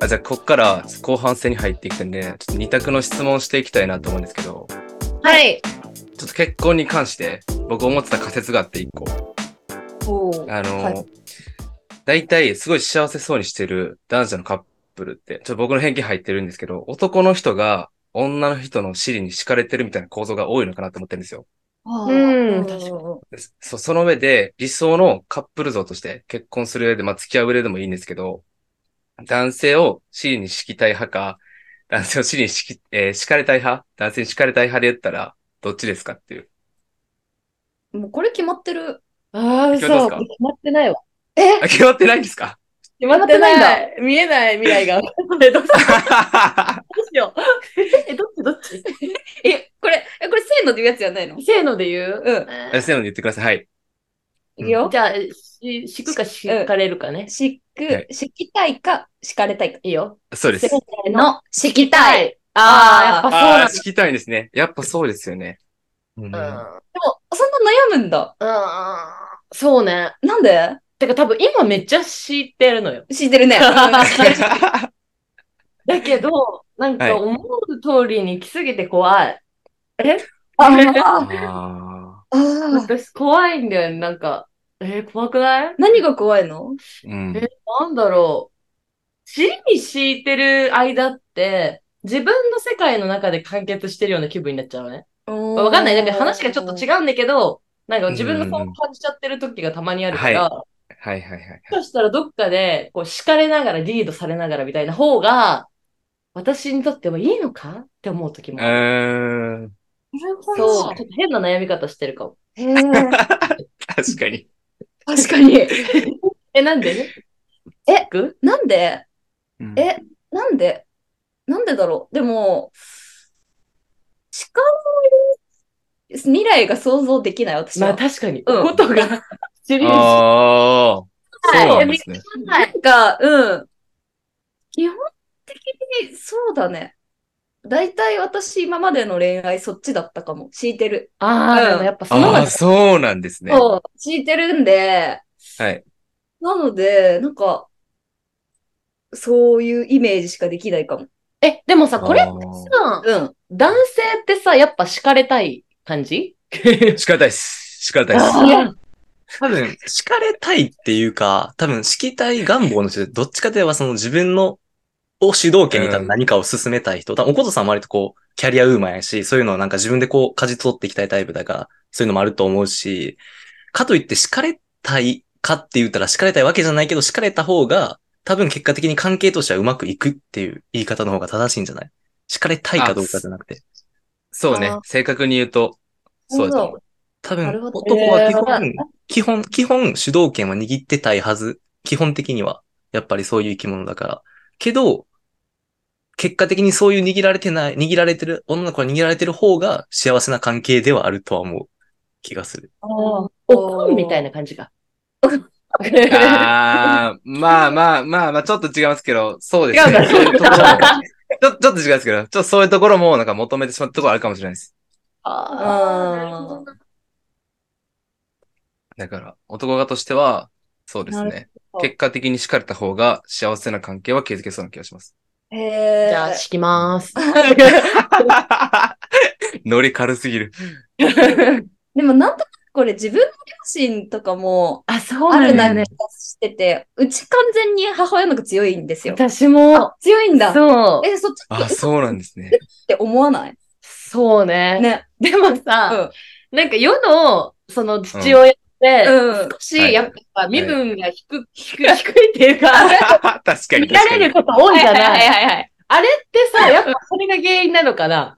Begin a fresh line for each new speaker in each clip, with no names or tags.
あじゃあ、こっから後半戦に入っていくんで、ちょっと二択の質問していきたいなと思うんですけど、
は
ち
い。
ょっと結婚に関して、僕思ってた仮説があって一個。
おー
あの、
はい
大体すごい幸せそうにしてる男女のカップルって、ちょっと僕の偏見入ってるんですけど、男の人が女の人の尻に敷かれてるみたいな構造が多いのかなと思ってるんですよ。
あー
うん
うん、
確かに
ですそその上で、理想のカップル像として結婚する上で、まあ付き合う上でもいいんですけど、男性を尻に敷きたい派か、男性を尻に敷き、えー敷かれたい派、男性に敷かれたい派で言ったら、どっちですかっていう。
もうこれ決まってる。
ああ、
決まっ
嘘。
てますか
決まってないわ。
あ決まってないんですか
決まってない。見えない未来が。 え、どうしよう。え、どっちどっち
え、これ、え、これせーので言うやつじゃないの
せーので言う
うん。
えせーので言ってください。はい。
いくよ。
じゃあ、し敷くか敷かれるかね。
敷
は
く、敷きたいか、敷かれたいか。
いいよ。
そうです。
せーの、敷きたい。
い。ああ、やっぱそう
あ
な
あー、聞きたいですね。やっぱそうですよね。うん
んだ。
でも、そんな悩むんだ。
うん。そうね。
なんで
てか多分今めっちゃ敷いてるの よ。
敷いてる ね。
だけど、なん
はい
か思う通りに来すぎて怖い。
あー
あ
あー。
私怖いんだよね。なんか、えー怖くない
何が怖いの
ーうん
えなんだろう。尻に敷いてる間って、自分の世界の中で完結してるような気分になっちゃうのね。わ
わ
かんない。なんか話がちょっと違うんだけど、なんか自分が
う
そ
ん
う感じちゃってる時がたまにあるから、も
はいはいはい。
しかしたらどっかで、こう、敷かれながらリードされながらみたいな方が、私にとってはいいのかって思う時
う
もある。
ーん。
なるほ
そ
ど
う。。ちょっと変な悩み方してるかも。
へー
確かに。
確かに。
え、なんで
え
敷く
なんで
うん
え、なんでなんでだろうでも、しかも、未来が想像できない、私
ま
は。
あ確かに。
うん
ことが、尻に
ああ。
敷い
そうなんですね。
なんか、うん。基本的にそうだね。大体私今までの恋愛そっちだったかも。敷いてる。
ああ、
うん
でもやっぱその
あ
方
あ、そうなんですね。
そう、敷いてるんで、
はい。
なので、なんか、そういうイメージしかできないかも。
え、でもさ、これ
あ
さ
ー、
うん。
男性ってさ、やっぱ敷かれたい感じ
仕方ないです。仕方ないです。
あ
多分、敷かれたいっていうか、多分、敷きたい願望の人って、どっちかといえばその自分の、を主導権に多
うん
分何かを進めたい人。多分おことさんも割とこう、キャリアウーマンやし、そういうのをなんか自分でこう、舵取っていきたいタイプだから、そういうのもあると思うし、かといって敷かれたいかって言ったら敷かれたいわけじゃないけど、敷かれた方が、多分結果的に関係としてはうまくいくっていう言い方の方が正しいんじゃない敷かれたいかどうかじゃなくて。
そうね
あー。
正確に言うと、そうだと思う。
多
な
分
るほ、ど
男は基本、
えー
基本、基本主導権は握ってたいはず。基本的には。やっぱりそういう生き物だから。けど、結果的にそういう握られてない、握られてる、女の子が握られてる方が幸せな関係ではあるとは思う気がする。
おこんみたいな感じが。 あ
ああ、まあまあまあまあ、ちょっと違いますけど、そうです
違う
ね。
か
そういうところもちょちょっと違いますけど、ちょっとそういうところもなんか求めてしまったところあるかもしれないです。
あー、
な
な
る
る
ほ
ほ
ど
ど
な
な。
だから、男側としては、そうです
な
ね
ほ。ど
結果的に敷かれた方が幸せな関係は築けそうな気がします。
へえ。
じゃあ、敷きまーす。
ノリ軽すぎる。
でもなんとなくこれ自分の両親とかも
あ、そう
あ
な
る
ん
な
だ
気が
ね。
してて、うち完全に母親の方が強いんですよ。
私も、
強いんだ。
そう。
え、そっち
あ、そうなんですね。
って思わない
そうね。
ね。
でも
う
さ、
ん。
なんか世の、その父親って、
うん。
少
は
し、
い
やっぱ身分が低く、低い低いっていう か、
確かに
見ら
確かに
れる。こと多いじゃない
はいはいはいはい。
あれってさ、やっぱそれが原因なのかな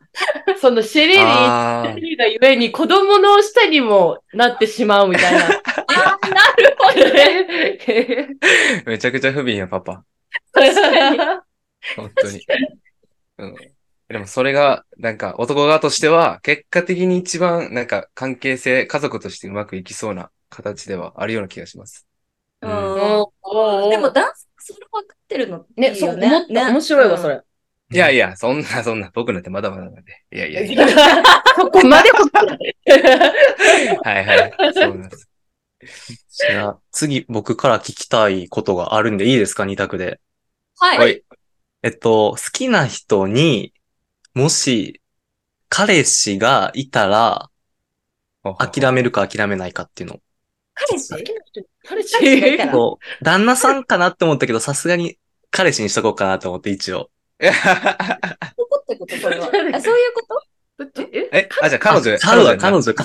そのシェリー
あー
に、がゆえに子供の下にもなってしまうみたい な。
あーなるほどね。
めちゃくちゃ不憫や、パパ。
確かに。
本当に。うん。でもそれが、なんか男側としては、結果的に一番、なんか関係性、家族としてうまくいきそうな形ではあるような気がします。
う
うん
ん。でも、男性それ分かってるのっていいよね。
ね、そう思った。
ね
面白いわ、そ。れ。
いやいや、そんな、そんな、僕なんてまだまだなんで。いやいやいや。
そこまでこ
はいはい。そうなんです。
じゃあ、次僕から聞きたいことがあるんでいいですか二択で。
はい。
はい。
えっと、好きな人に、もし、彼氏がいたら、諦めるか諦めないかっていうの。
彼氏
彼氏
彼氏がいたら
そう旦那さんかなって思ったけど、さすがに彼氏にしとこうかなと思って、一応。
男ってことそれ は。あ、そういうこと
え
え、あ、じゃあ彼女。
あ彼女、彼
彼女。
女か。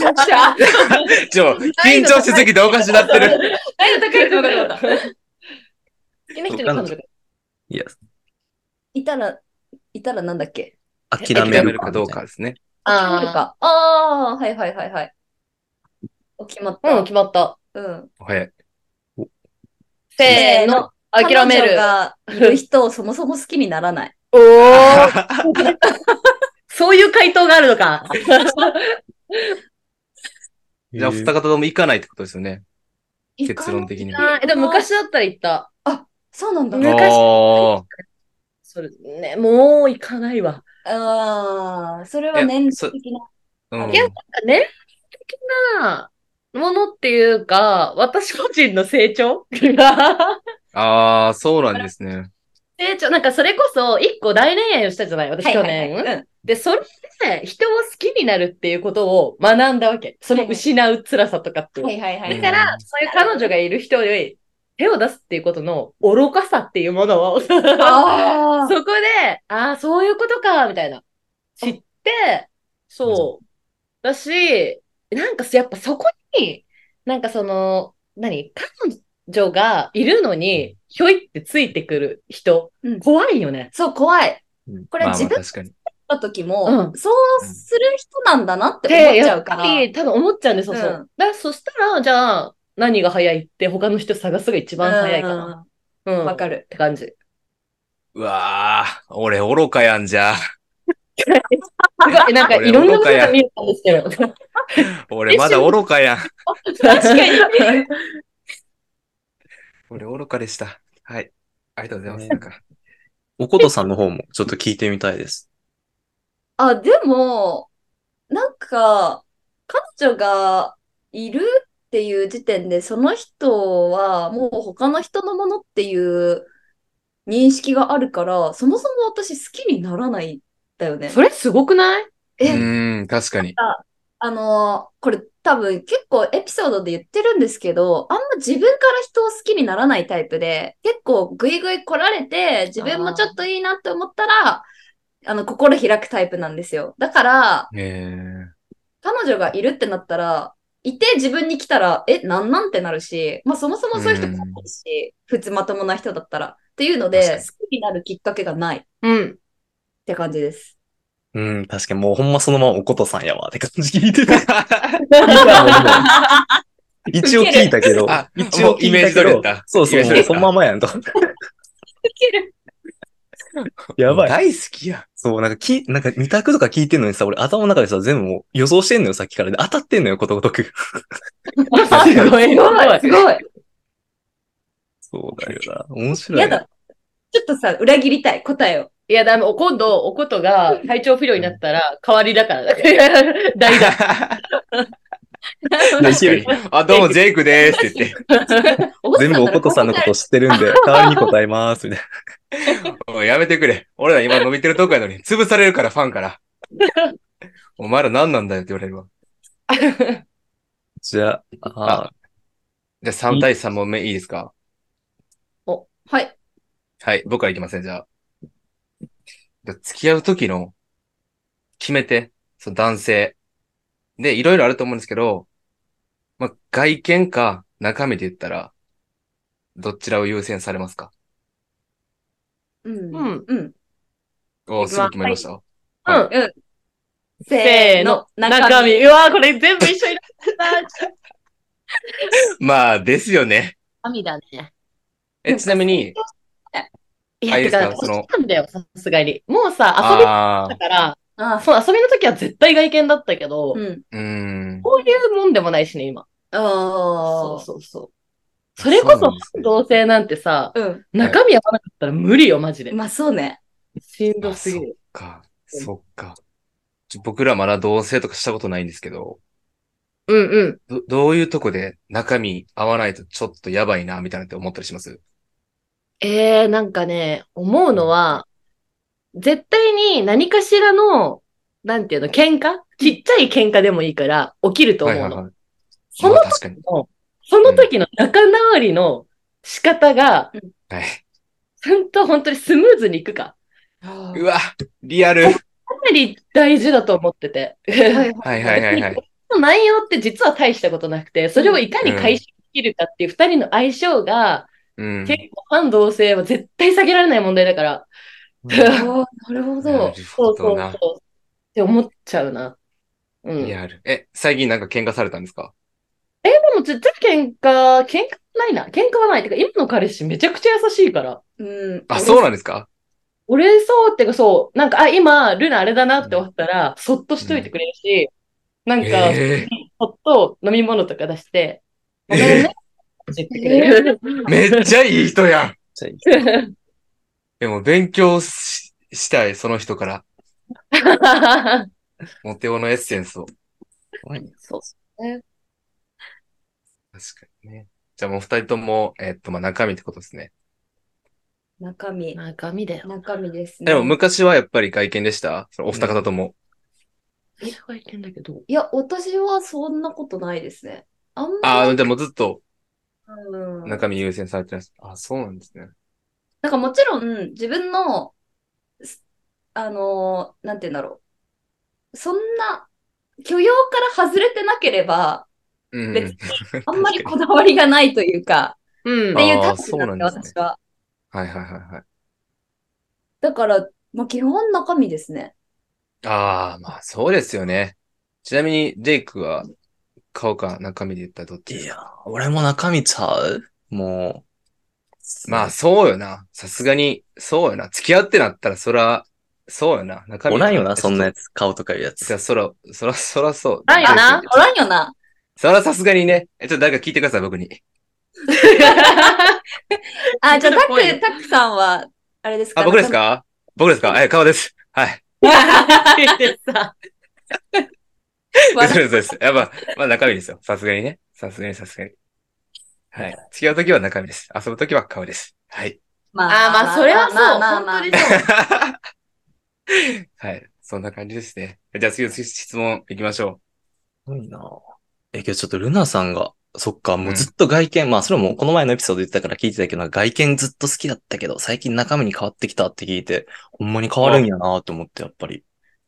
ちょ、緊張しすぎておかしなってる。
何の高いと分かった。
好きな人に
彼
彼
女
女
いや、
いたら、いたらなんだっけ
諦
諦
め
め
る
るかどうか。ですね。
決まるか。ああー、はいはいはいはい。お決まっ
うん、
た。
決まった。
うん。
はい。
せーの、諦め
彼女
る。
がいる人をそもそも好きにならない。
おお。そういう回答があるのか。
じゃあ、二方とも行かないってことですよね。 結論
的
的に。
あーでも昔だったら言った。
そうなんだ。
ね昔
おー
それね、もう行かないわ。
ああ、それは年齢的な。
うん
いや、なんか年齢的なものっていうか、私個人の成長
ああ、そうなんですね。
成長、なんかそれこそ一個大恋愛をしたじゃない私去年、
はいはいはい
で、それで人を好きになるっていうことを学んだわけ。その失う辛さとかっていう。
うんはいはいは
う
い。
ん
だから、そういう彼女がいる人より手を出すっていうことの愚かさっていうものを、そこで、
ああ、
ああ、そういうことか、みたいな。知って、そう。だし、なんかやっぱそこに、なんかその、何彼女がいるのに、ひょいってついてくる人、
うん
怖いよね。
そう、怖い。
うん
これ
まあまあ
自分だっ
確かに。
た時
う
も、
ん
そうする人なんだなって思っちゃうから。
やっぱり多分思っちゃうんですよ、そううんだからそしたら、じゃあ、何が早いって、他の人探すが一番早いかな。う。
うんんわかる
る。っ。て感じ。
うわあ、俺愚かやんじゃ。
えなんかいろんなことが見えたんですけど。
俺まだ愚かやん。
確かに。
俺愚かでした。はい。ありがとうございます。
ね
なんか。
おことさんの方も、ちょっと聞いてみたいです。
あ、でも、なんか、彼女がいるっていう時点で、その人はもう他の人のものっていう認識があるから、そもそも私好きにならないんだよね。
それすごくないう
え、
ーん、確かに。
あのーこれ多分結構エピソードで言ってるんですけど、あんま自分から人を好きにならないタイプで、結構グイグイ来られて、自分もちょっといいなって思ったら、あの、心開くタイプなんですよ。だから、
え
彼女がいるってなったら、いて自分に来たら、え、なんなんってなるし、まあそもそもそういう人来ないし、普通まともな人だったら。っていうの
確か
で、
に
好きになるきっかけがないっ
うん。
て感じです。
うん、確かにもうほんまそのままおことさんやわって感じ聞 いてた。一応聞いたけど
あ、
一
も
応聞いたけど
うイメージ通りやった
そうそう、
イメージ通
も
り
う
やった
そのままやんと。やばい。
大好きや。
そう、なんかき、なんか二択とか聞いてんのにさ、俺頭の中でさ、全部もう予想してんのよ、さっきから。で、当たってんのよ、ことごとく。
すごい。すごい。
すごい。
そうだよな。面白い。
やだ。ちょっとさ、裏切りたい、答えを。
いや、だめ、お今度、おことが体調不良になったら、代わりだから。 代打。
大丈夫
あ、どうも、ジェイクでーすって
全部おことさんのこと知ってるん で、代わりに答えます、みたい
言って。おいやめてくれ。俺ら今伸びてるとこやのに、潰されるから、ファンから。お前ら何なんだよって言われるわ。
な。じゃあ、あー
じゃあ3対3問目いいですか
はい。
はい、僕はいきません、じゃあ。じゃあ付き合う時の決め手、その男性。で、いろいろあると思うんですけど、まあ、外見か中身で言ったら、どちらを優先されますか
うん。
うん
うん。
おー、
いきます
すぐ決まりました。
うん。せーの。中
中身。
身。うわーこれ全部一緒になった。
まあ、ですよね。
中身だね。
え、ちなみに、
い
あ
や、
いいで
て
すか
か、
その
好きなんだよ、さすがに。もうさ、遊びだ
あ
ったから、
ああ、
そう、遊びの時は絶対外見だったけど、
うん。
あ、うーん。
こういうもんでもないしね、今。
あ
そ
あ。
うそうそう。それこ
そうな
そ
んですね、
同性なんてさ、
う
中身合わなかったら無理よ、マジで
ん。。まあそうね。
しんどすぎる。
か、そっか。ちょ僕らまだ同棲とかしたことないんですけど、
うんうん。
どどういうとこで中身合わないとちょっとやばいな、みたいなって思ったりします
えー、なんかね、思うのは、絶対に何かしらの、なんていうの、喧嘩ちっちゃい喧嘩でもいいから起きると思うの。
はいはいはい。
その
まあ確かに。
その時の仲直りの仕方が、
はい。
ちゃんと本当にスムーズにいくか。
は
うわ、リアル。
かなり大事だと思ってて。
いはい
はいはいはい はい。
その内容って実は大したことなくて、それをいかに解消できるかっていう二人の相性が、
うん。
結構反同性は絶対避けられない問題だから。
あーなるほど。
そうそうそう。
な
っ
るほ
て思っちゃうな。うん。
どな。リ
え、
アル。え、最近なんか喧嘩されたんですか
でもちっちゃい喧嘩、喧嘩ないな。喧嘩はない。てか、今の彼氏めちゃくちゃ優しいから。
うん。
あ、そうなんですか
俺そうってかそう、なんか、あ、今、ルナあれだなって思ったら、そっとしといてくれるし、なんか、
え
そっと飲み物とか出して、
え
ごめんねって言ってくれる。
ーめっちゃいい人やん。
じゃあ
でも勉強ししたい、その人から。モテオのエッセンスを。
そう。
確かにね。じゃあもう二人とも、えっと、まあ、中身ってことですね。
中身。
中身だよ。
中身ですね。
でも昔はやっぱり外見でしたそのお二方とも。
私は言ってんだけど。
いや、私はそんなことないですね。あん
あ
ま
あ、
り。
でもずっと
うん
中身優先されてます。あ、そうなんですね。
なんかもちろん自分の、すあのーなんて言うんだろう。そんな許容から外れてなければ、
うん
別にあんまりこだわりがないというか、
うん
っていう
あー
タイプなんで
そうなんですね
私は。
はいはいはいは
だから、まあ、基本中身ですね。
い。ああ、まあそうですよね。ちなみに、ジェイクは、顔か中身で言ったらどっち
いやー、俺も中身ちゃうもう。
まあそうよな。さすがに、そうよな。付き合ってなったら、そら、そうよな。中身
おらんよな、そんなやつ。顔とかいうや
じゃ
つ。
あ、そら、そら、そらそう。
おらんよな
ジェイ
おらんよな。
クそらさすがにね。え、ちょっと誰か聞いてください、僕に。
あ、じゃあ、
ちょっ
タ
と怖い
ク、タクさんは、あれですか
あ、僕ですか僕ですかえ、顔です。はい。 そうです、そ
中身
うです。やっぱ、まあ中身ですよ。さすがにね。さすがに、さすがに。はい。付き合うときは中身です。遊ぶときは顔です。はい。
ま
あーまあそれはそう
まあまあまあ
本当に
はい。そんな感じですね。じゃあ次の質問いきましょ
すごいなえ、けどちょっとルナさんが、そっか、もうずっと外見、まあそれもこの前のエピソード言ってたから聞いてたけど、なんか外見ずっと好きだったけど、最近中身に変わってきたって聞いて、ほんまに変わるんやなと思って、やっぱり、
う。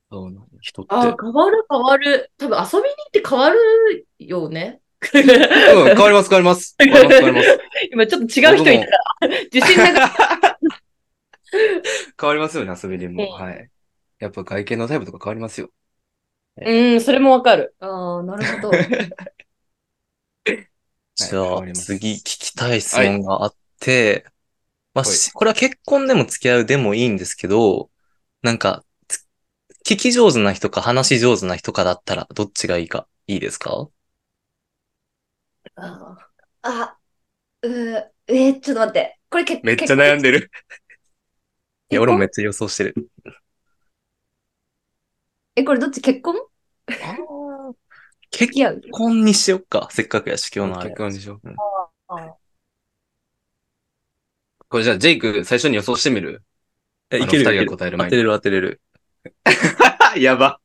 そうなん
人って。
あ、変わる変わる。多分遊びに行って変わるよね。
うん、変わります、変わります。変わります、変わります。
今ちょっと違う人いたら、自信なかっ
変わりますよね、遊びでも。
うん
はい。やっぱ外見のタイプとか変わり ますよ。
た。うん、それもわかる。
あーなるほど。
じゃ
はい変わ
あ、
ります
次聞きたい質問があって、まあ、
はい
しこれは結婚でも付き合うでもいいんですけど、なんか、つ聞き上手な人か話し上手な人かだったら、どっちがいいか、いいですか
あ
あ、うーえーちょっと待って。これけ
めっちゃ悩んでる。
いや、俺もめっちゃ予想してる。
え、これどっち結婚
結
付き合う
婚にしよっか。せっかくやし、今日のあれ。
結婚でしょ。
うん
これじゃあ、ジェイク、最初に予想してみる
え、いける
あの
い
二
け
人が答える
当
前
て
に。
れる当てれる。
やば。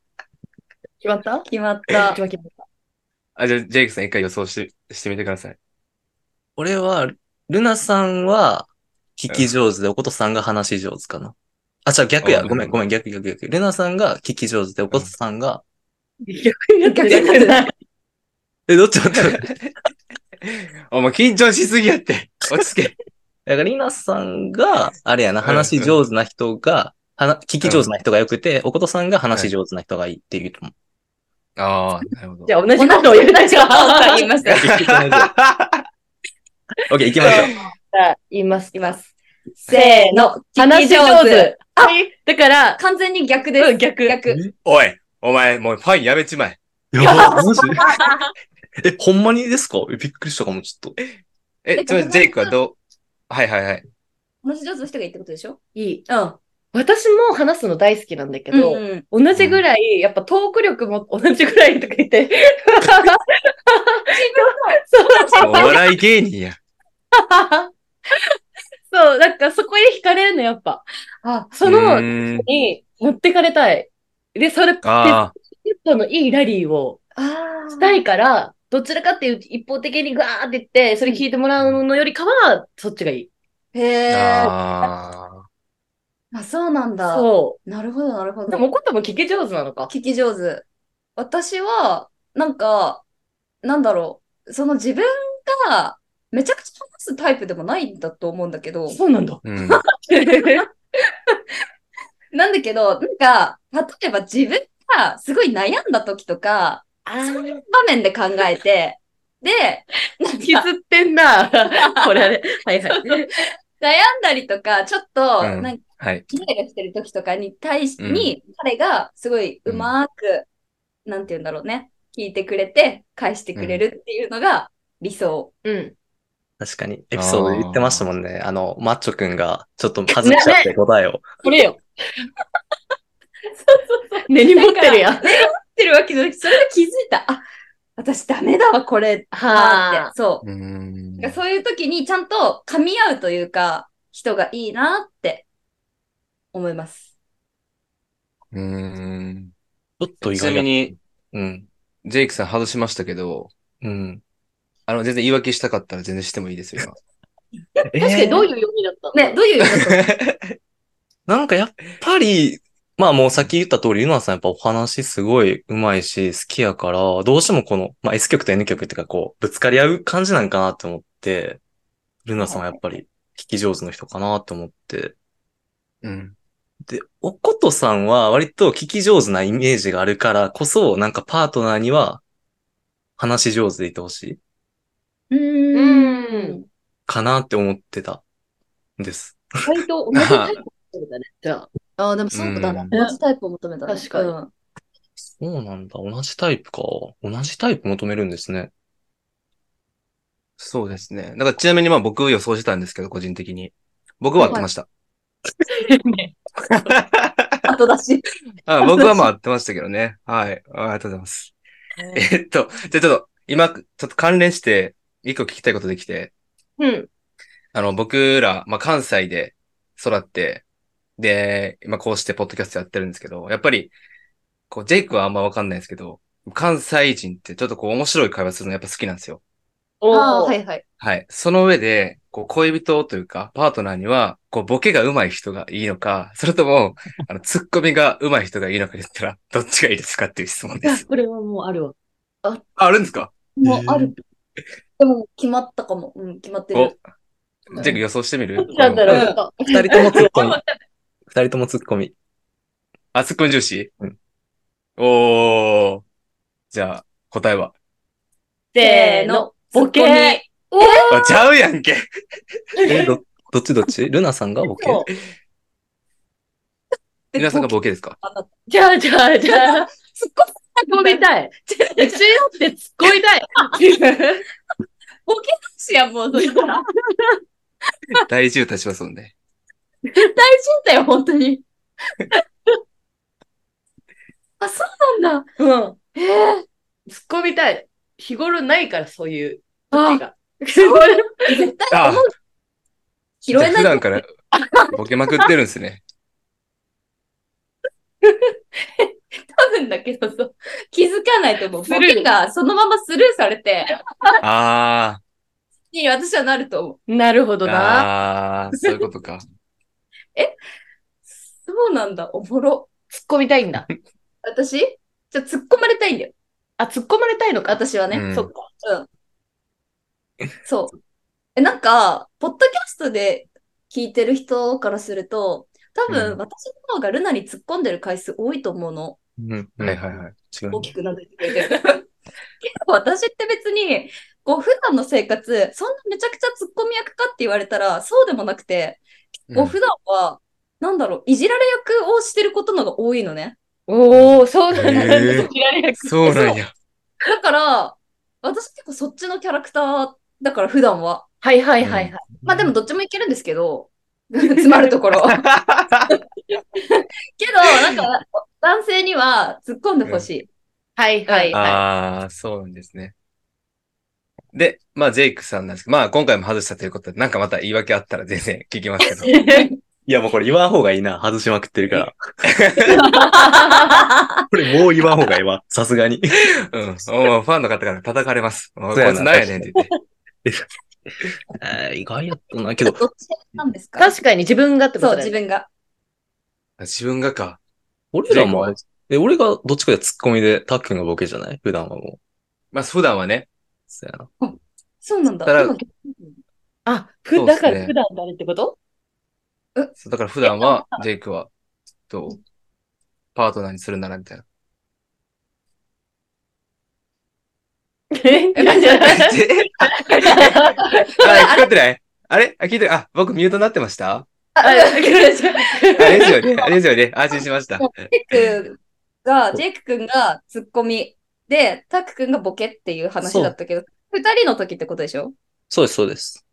決まった
決まった。
決まった。
あ、じゃあ、ジェイクさん一回予想して、してみてください。
俺は、ルナさんは、聞き上手で、おことさんが話し上手かな。あ、じゃ逆や。
うん
ごめん、ごめん、逆、逆、逆。ルナさんが聞き上手で、おことさんが、
逆になって
逆になっ
え、どっちだったの だか
お前緊張しすぎやって。落ち着 け。
ら、ルナさんが、あれやな、
うん
話し上手な人が、はな聞き上手な人が良くて、おことさんが話し上手な人がいいっていうと 思う。
ああ、なるほど
じ。ゃあ同じことを言うなじゃあ。
言いました。
オッケー、行きましょう。
言います。
います。せー の。
話し上手。
あ
だから、
完全に逆です。
うん逆
逆。
おい、お前、もうファンやめちまえ。
やば、マジえ、ほんまにですかえ、びっくりしたかも、ちょっと。
え、
え
ちょ、ジェイクはどうはいはいはい。
話し上手の人がいいってことでしょ
いい。
うん。
私も話すの大好きなんだけど、
うん。
同じぐらい、やっぱトーク力も同じぐらいとか言って。 そう
お笑い芸人や。
そう、なんかそこに惹かれるの、やっぱ。あ、その
う、ーん
に持ってかれたい。で、それって、
ああ、
一歩のいいラリーを
ああ。
したいから、どちらかっていうと一方的にガーって言って、それ聞いてもらうのよりかは、そっちがいい。
へえ。
あ
あ、そうなんだ。
そ
なるほど、なるほ
う。
ど
で。も、怒っても聞き上手なのか。
聞き上手。私は、なんか、なんだろう。その自分が、めちゃくちゃ話すタイプでもないんだと思うんだけど、
そうなんだ。
あ、うん。
なんだけど、なんか、例えば自分がすごい悩んだ時とか、そう いう場面で考えて、で、
削ってんな。これあれ。はいはい。
悩んだりとか、ちょっと、
うん
なんか、
はい。
イライラしてる時とかに対し、
うん
に、彼がすごいうまく、なんて言うんだろうね、聞いてくれて、返してくれるっていうのが理想。
うん。
確かに、エピソードで言ってましたもんね。あの、マッチョくんが、ちょっと外しちゃって答えを。
これよ。根に持ってるやん。
ってるわけじゃなくて、それで気づいた。あ、私ダメだわ、これ。あーって。そう
ーん
う。そういう時にちゃんと噛み合うというか、人がいいなって思います。
うーん。
ちょっと意
ち
外
なみ
に。
に、
うん。
ジェイクさん外しましたけど、
うん。
あの、全然言い訳したかったら全然してもいいですよ。
確
確かにどういう読みだったの
ね、どういうこと
今
なんかやっぱり、まあもうさっき言った通り、ゆなさんやっぱお話すごい上手いし、好きやから、どうしてもこの、まあ S 曲と N 曲っていうかこう、ぶつかり合う感じなんかなって思って、ルナさんはやっぱり聞き上手の人かなって思って。
うん。
で、おことさんは割と聞き上手なイメージがあるからこそ、なんかパートナーには話し上手でいてほしい
ーん。
かなって思ってたんです。
意外と同じタイプだね。じゃ あ。
ああ、でもそうだな。
うん
同じタイプを求めたね。
確かに
うん
そうなんだ。同じタイプか。同じタイプ求めるんですね。
そうですね。だからちなみにまあ僕予想してたんですけど、個人的に。僕は合ってました。
後出し。
あ僕はまあ合ってましたけどね。はい。あありがとうございます。えっと、じゃあちょっと、今、ちょっと関連して、一個聞きたいことできて、
うん。
あの、僕ら、まあ、関西で育って、で、今こうしてポッドキャストやってるんですけど、やっぱり、こう、ジェイクはあんまわかんないですけど、関西人ってちょっとこう面白い会話するのやっぱ好きなんですよ。
お
ああー、は
ー
いはい。
はい。その上で、こう、恋人というか、パートナーには、こう、ボケが上手い人がいいのか、それと も、あの、ツッコミが上手い人がいいのか言ったら、どっちがいいですかっていう質問
い
で
や
す。
これはもうあるわ。
あ、あるんですか
もうある。でも決まったかも。うん、決まって
お
る。、
ジェイク予想してみる
なんだろう。
二人ともツッコ ミ。二人ともツッコミ。
あ、ツッコミ重視
うん
おー。じゃあ、答えは。
せーの。ボケ
ツッコミ
あ、ちゃうやんけ。
え、ど、どっちどっちルナさんがボケ
そう
皆さんがボケですか
じゃあじゃあじゃあ、突っ込みたい。え、中央って突っ込みたい。
ボケなしや、もう、 そしたら。
大渋滞しますもんね。
大事だよ、本当 に。あ、そうなんだ。
うん。突っ
へえ。
込みたい。日頃ないから、そういう時
あ、
が。
絶対
あ、
拾
じ
え
ゃあ普
ない。
段からボケまくってるんですね。
多分だけどさ、気づかないと思う。
スル
ボ
ー
ケがそのままスルーされて、
あ
に私はなると思う。
なるほ
ー。
どな。
あー、そういうことか。
そうなんだ、おもろ。
突っ込みたいんだ。
私じゃあ突っ込まれたいんだよ。
あ、突っ込まれたいのか。
私はね。
うん
そっか。
そう。え、なんか、ポッドキャストで聞いてる人からすると、
うん
多分私の方がルナに突っ込んでる回数多いと思うの。
うん。
はいはいはい。
違う
大。きくなってくれて る。結構私って別に、こう、普段の生活、そんなめちゃくちゃ突っ込み役かって言われたら、そうでもなくて、こう、普段は、なんだろう、いじられ役をしてることのが多いのね。
おー、そうなんだ。
へー
知られなくて
そうなんや。
だから、私結構そっちのキャラクターだから、普段は。
はいはいはいはい。
まあでもどっちもいけるんですけど、詰まるところ。けど、なんか、男性には突っ込んでほしい。
はいはいはい。
あー、そうなんですね。で、まあ、ジェイクさんなんですけど、まあ、今回も外したということで、なんかまた言い訳あったら全然聞きますけど。
いや、もうこれ言わん方がいいな。外しまくってるから。これもう言わん方がい いわ。さすがに。
うん。もうファンの方から叩かれます。もう
そ
こ
うや
い
な
つなんやねんって言って。
えー意外やったな。け
どっ
ど、
ちなんですか
確かに自分がってこ
そう、
とだ
自
よね。
分が。
自分がか。
俺ら
ジェイ
も、え、俺がどっちかでツッコミで、たっくんがボケじゃない普段はもう。
まあ、普段はね。
そうやな。
そうなんだ。
ただ
今
あ、
そう
ふ、
っすね
だから普段誰ってこと
そうだから普段は、ジェイクは、どうパートナーにするならみたいな。
え
えマジで
えあ、聞こえてないあれあ、聞いてるあ、僕ミュートになってました
あ
あれですよ ね。あれですよね。安心しました。
ジェイクが、ジェイク君がツッコミで、タク君がボケっていう話だったけど、二人の時ってことでしょ
そうです、そうです。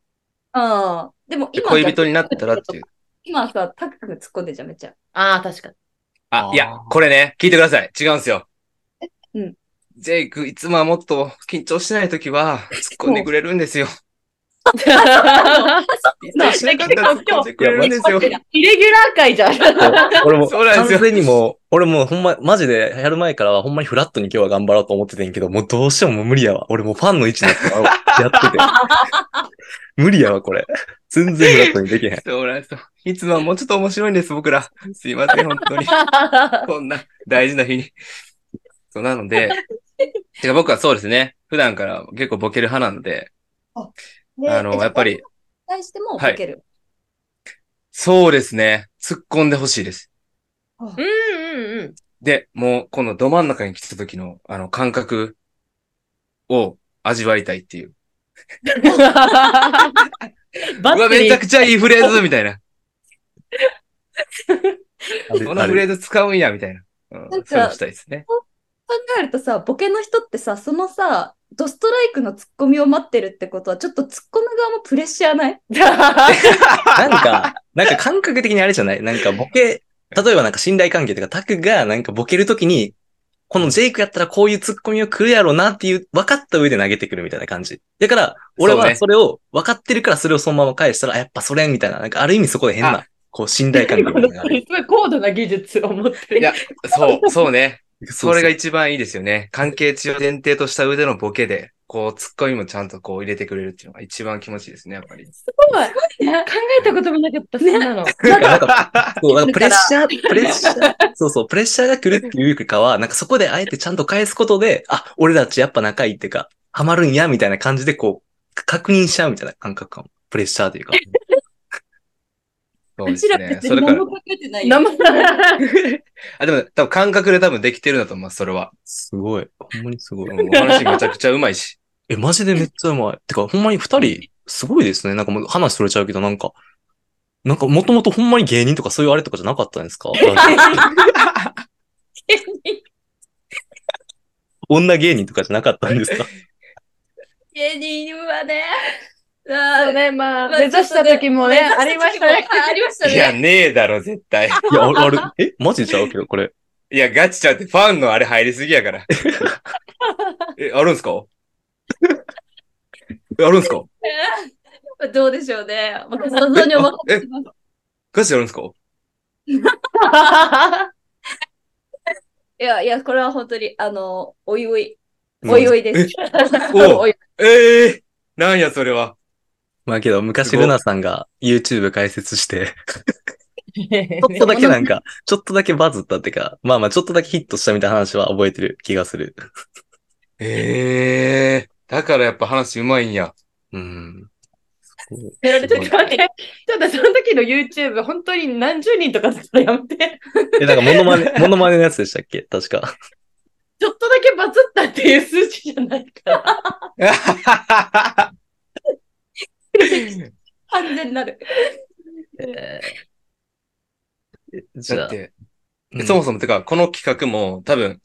ああ。でも
で
今、
恋人になったらっていう。
今さ、タク君突っ込んでんじゃん、めっちゃ。
あー、確かに。
あ
あ、ー
いや、これね、聞いてください。違うんですよ。
うん
ジェイク、いつもはもっと緊張してない時は、突っ込んでくれるんです よ。緊張しなかったら突っ込んでくれるんですよ。
イレギュラー界じゃん。
俺も、
そうなんですよ
完全にもう、俺もうほんま、マジでやる前からはほんまにフラットに今日は頑張ろうと思っててんけど、もうどうしてももう無理やわ。俺もうファンの位置だったわ。やってて。無理やわ、これ。全然フラットにできへ ん。
そうなんですよ。いつもはもうちょっと面白いんです、僕ら。すいません、本当に。 こんな大事な日に。そうなので、てか僕はそうですね。普段から結構ボケる派なので、あの、やっぱ。
で
り
じゃ、対してもボ
はい
ケる。
そうですね。突っ込んでほしいです。
うんうんうん。
で、もう、このど真ん中に来た時の、あの、感覚を味わいたいっていう。
バ
うわ、
ッ
め
テリ
ちゃ
ー
くちゃいいフレーズみたいな。
ある
このフレーズ使うんや、みたいな。うん、
なんか
そういうのしたいですね。
考えるとさ、ボケの人ってさ、そのさ、ドストライクのツッコミを待ってるってことは、ちょっとツッコむ側もプレッシャーない
なんか、なんか感覚的にあれじゃないなんかボケ、例えばなんか信頼関係とか、タクがなんかボケるときに、このジェイクやったらこういうツッコミをくるやろうなっていう、分かった上で投げてくるみたいな感じ。だから、俺
そう
は
ね
それを、分かってるからそれをそのまま返したら、あやっぱそれみたいな、なんかある意味そこで変
あ
な、こう信頼関係みたいなのがあ
す
る。
ごい高度な技術を持って
いや
る。、
そう、そうね。
そ
それ
れ
が
が、
一番いいですよね。関係値を前提とした上でのボケで、こう、ツッコミもちゃんとこう入れてくれるっていうのが一番気持ちいいですね、やっぱり。
考 えたこともなかった、そうなの。
なんか、そうなんかプレッシャー、プレッシャー、そうそう、プレッシャーが来るっていうよりかは、なんかそこであえてちゃんと返すことで、あ、俺たちやっぱ仲いいっていうか、ハマるんや、みたいな感じでこう、確認しちゃうみたいな感覚かも。プレッシャーというか。
そう
う
で
ち
す
ら
ね。
別
そ
に
れか
何
ら
も。考えてないよ。
生
あ、でも、多分感覚で多分できてるんだと思います、それは。
すごい。ほんまにすごい。
うんお話めちゃくちゃうまいし。
え、マジでめっちゃうまい。てか、ほんまに二人、すごいですね。なんかもう話それちゃうけど、なんか、なんかもともとほんまに芸人とかそういうあれとかじゃなかったんです か女芸人とかじゃなかったんですか
芸人はね、
そうね、まあ、目指した時もね、ありましたね。。
ありまし た
いや、
ね。
ねえだろ、絶対。
いや、あれ、あれえ、マジちゃうけど、これ。
いや、ガチちゃうって、ファンのあれ入りすぎやから。え、あるんすかえ、あるんすか
どうでしょうね。私、想像にお任せします。
ガチであるんすか
いや、いや、これは本当に、あの、おいおい、おいおいです。
お
おいおい
ええなんや、それは。
まあけど、昔ルナさんが YouTube 開設して、ちょっ
ね
とだけなんか、ちょっとだけバズったってか、まあまあちょっとだけヒットしたみたいな話は覚えてる気がする。
ええだからやっぱ話うまいんや。
うん。
やられてるちょっと待 って、ちょっとその時の YouTube、本当に何十人とかだからやめて。
え、なんかモノマ ネ、モノマネのやつでしたっけ確か。
ちょっとだけバズったっていう数字じゃないから。
完全なる。
えーじゃ
だ
あ
っ、て、そもそもてか、この企画も多分、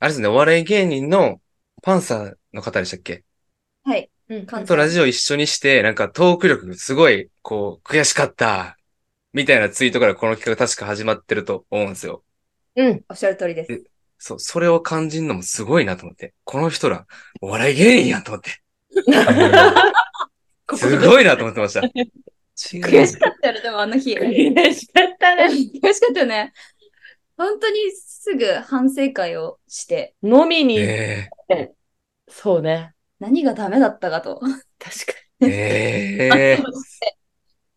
あれですね、お笑い芸人のパンサーの方でしたっけ
はい。
うん
感
とラジオ一緒にして、なんかトーク力すごい、こう、悔しかった、みたいなツイートからこの企画確か始まってると思うんですよ。
うん。
おっしゃる通りです。
そう、それを感じるのもすごいなと思って。この人ら、お笑い芸人やと思って。すごいなと思ってま した。
悔しかったよね、でもあの日。
悔しかったね。
悔しかったよね。本当にすぐ反省会をして、
飲みに、
え
そうね。
何がダメだったかと。
確
えええ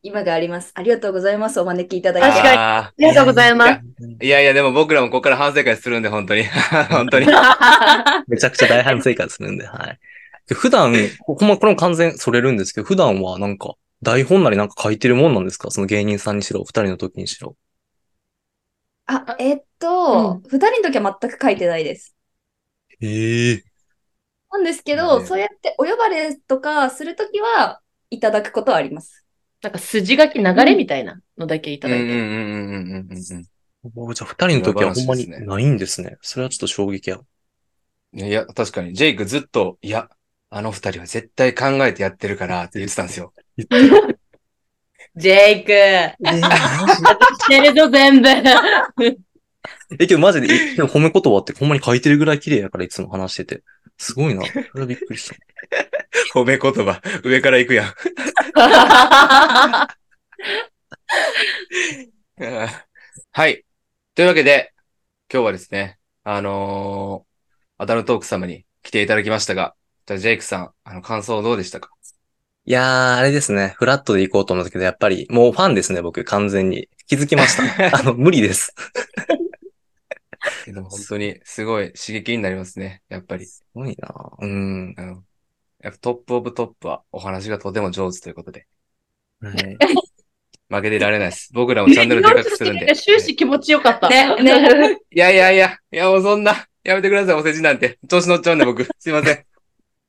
今があります。ありがとうございます。お招きいただいて。
確かに
あ
に。ありがとうございます。
ーいやいや、でも僕らもここから反省会するんで、本当に。 本 当に。
めちゃくちゃ大反省会するんで、はい。で普段、ここも、これも完全それるんですけど、普段はなんか、台本なりなんか書いてるもんなんですかその芸人さんにしろ、二人の時にしろ。
あ、えっと、二人の時は全く書いてないです。
ええ
なんですけど、
ね
そうやってお呼ばれとかするときは、いただくことはあります。
なんか筋書き流れみたいなのだけいた
うんう
だ
ん
いて。
うんうんうんうん
じゃあ二人の時はほんまに
裏話ですね
ないんですね。それはちょっと衝撃や。
うん。いや、確かに、ジェイクずっと、いや、あの二人は絶対考えてやってるからって言ってたんですよ。
ジェイク、してるぞ全部。
え、けどマジで、えでも褒め言葉ってほんまに書いてるぐらい綺麗やからいつも話してて。すごいな。それはびっくりした。
褒め言葉、上から行くやん。うん はい。というわけで、今日はですね、あのー、アダルトーク様に来ていただきましたが、じゃあジェイクさん、あの、感想どうでしたか
いやー、あれですね。フラットで行こうと思ったけど、やっぱり、もうファンですね、僕、完全に。気づきま した。あの、無理です。
でも本当にすごい刺激になりますね、やっぱり。
すごいなうん。
あのやっぱトップオブトップはお話がとても上手ということで、
はい。
負けてられないです。僕ら もチャンネルでかくするんで。
終始気持ちよかった。
ねね
いやいやいや、いやもうそんな、やめてください、お世辞なんて。調子乗っちゃうんで僕、すいません。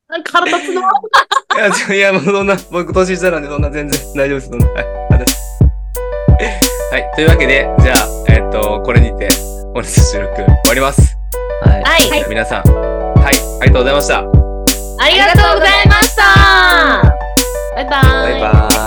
なんか腹立つの。
いや、ちょいやもうそんな、僕年下なんで、そんな全然大丈夫です。そんな、はい、ありがとうございますはい、というわけで、じゃあ、えっ、と、これにて、本日収録終わります。
はい。
はい。
皆さん、はい、ありがとうございました。
ありがとうございましたバイバ
バイバーイ。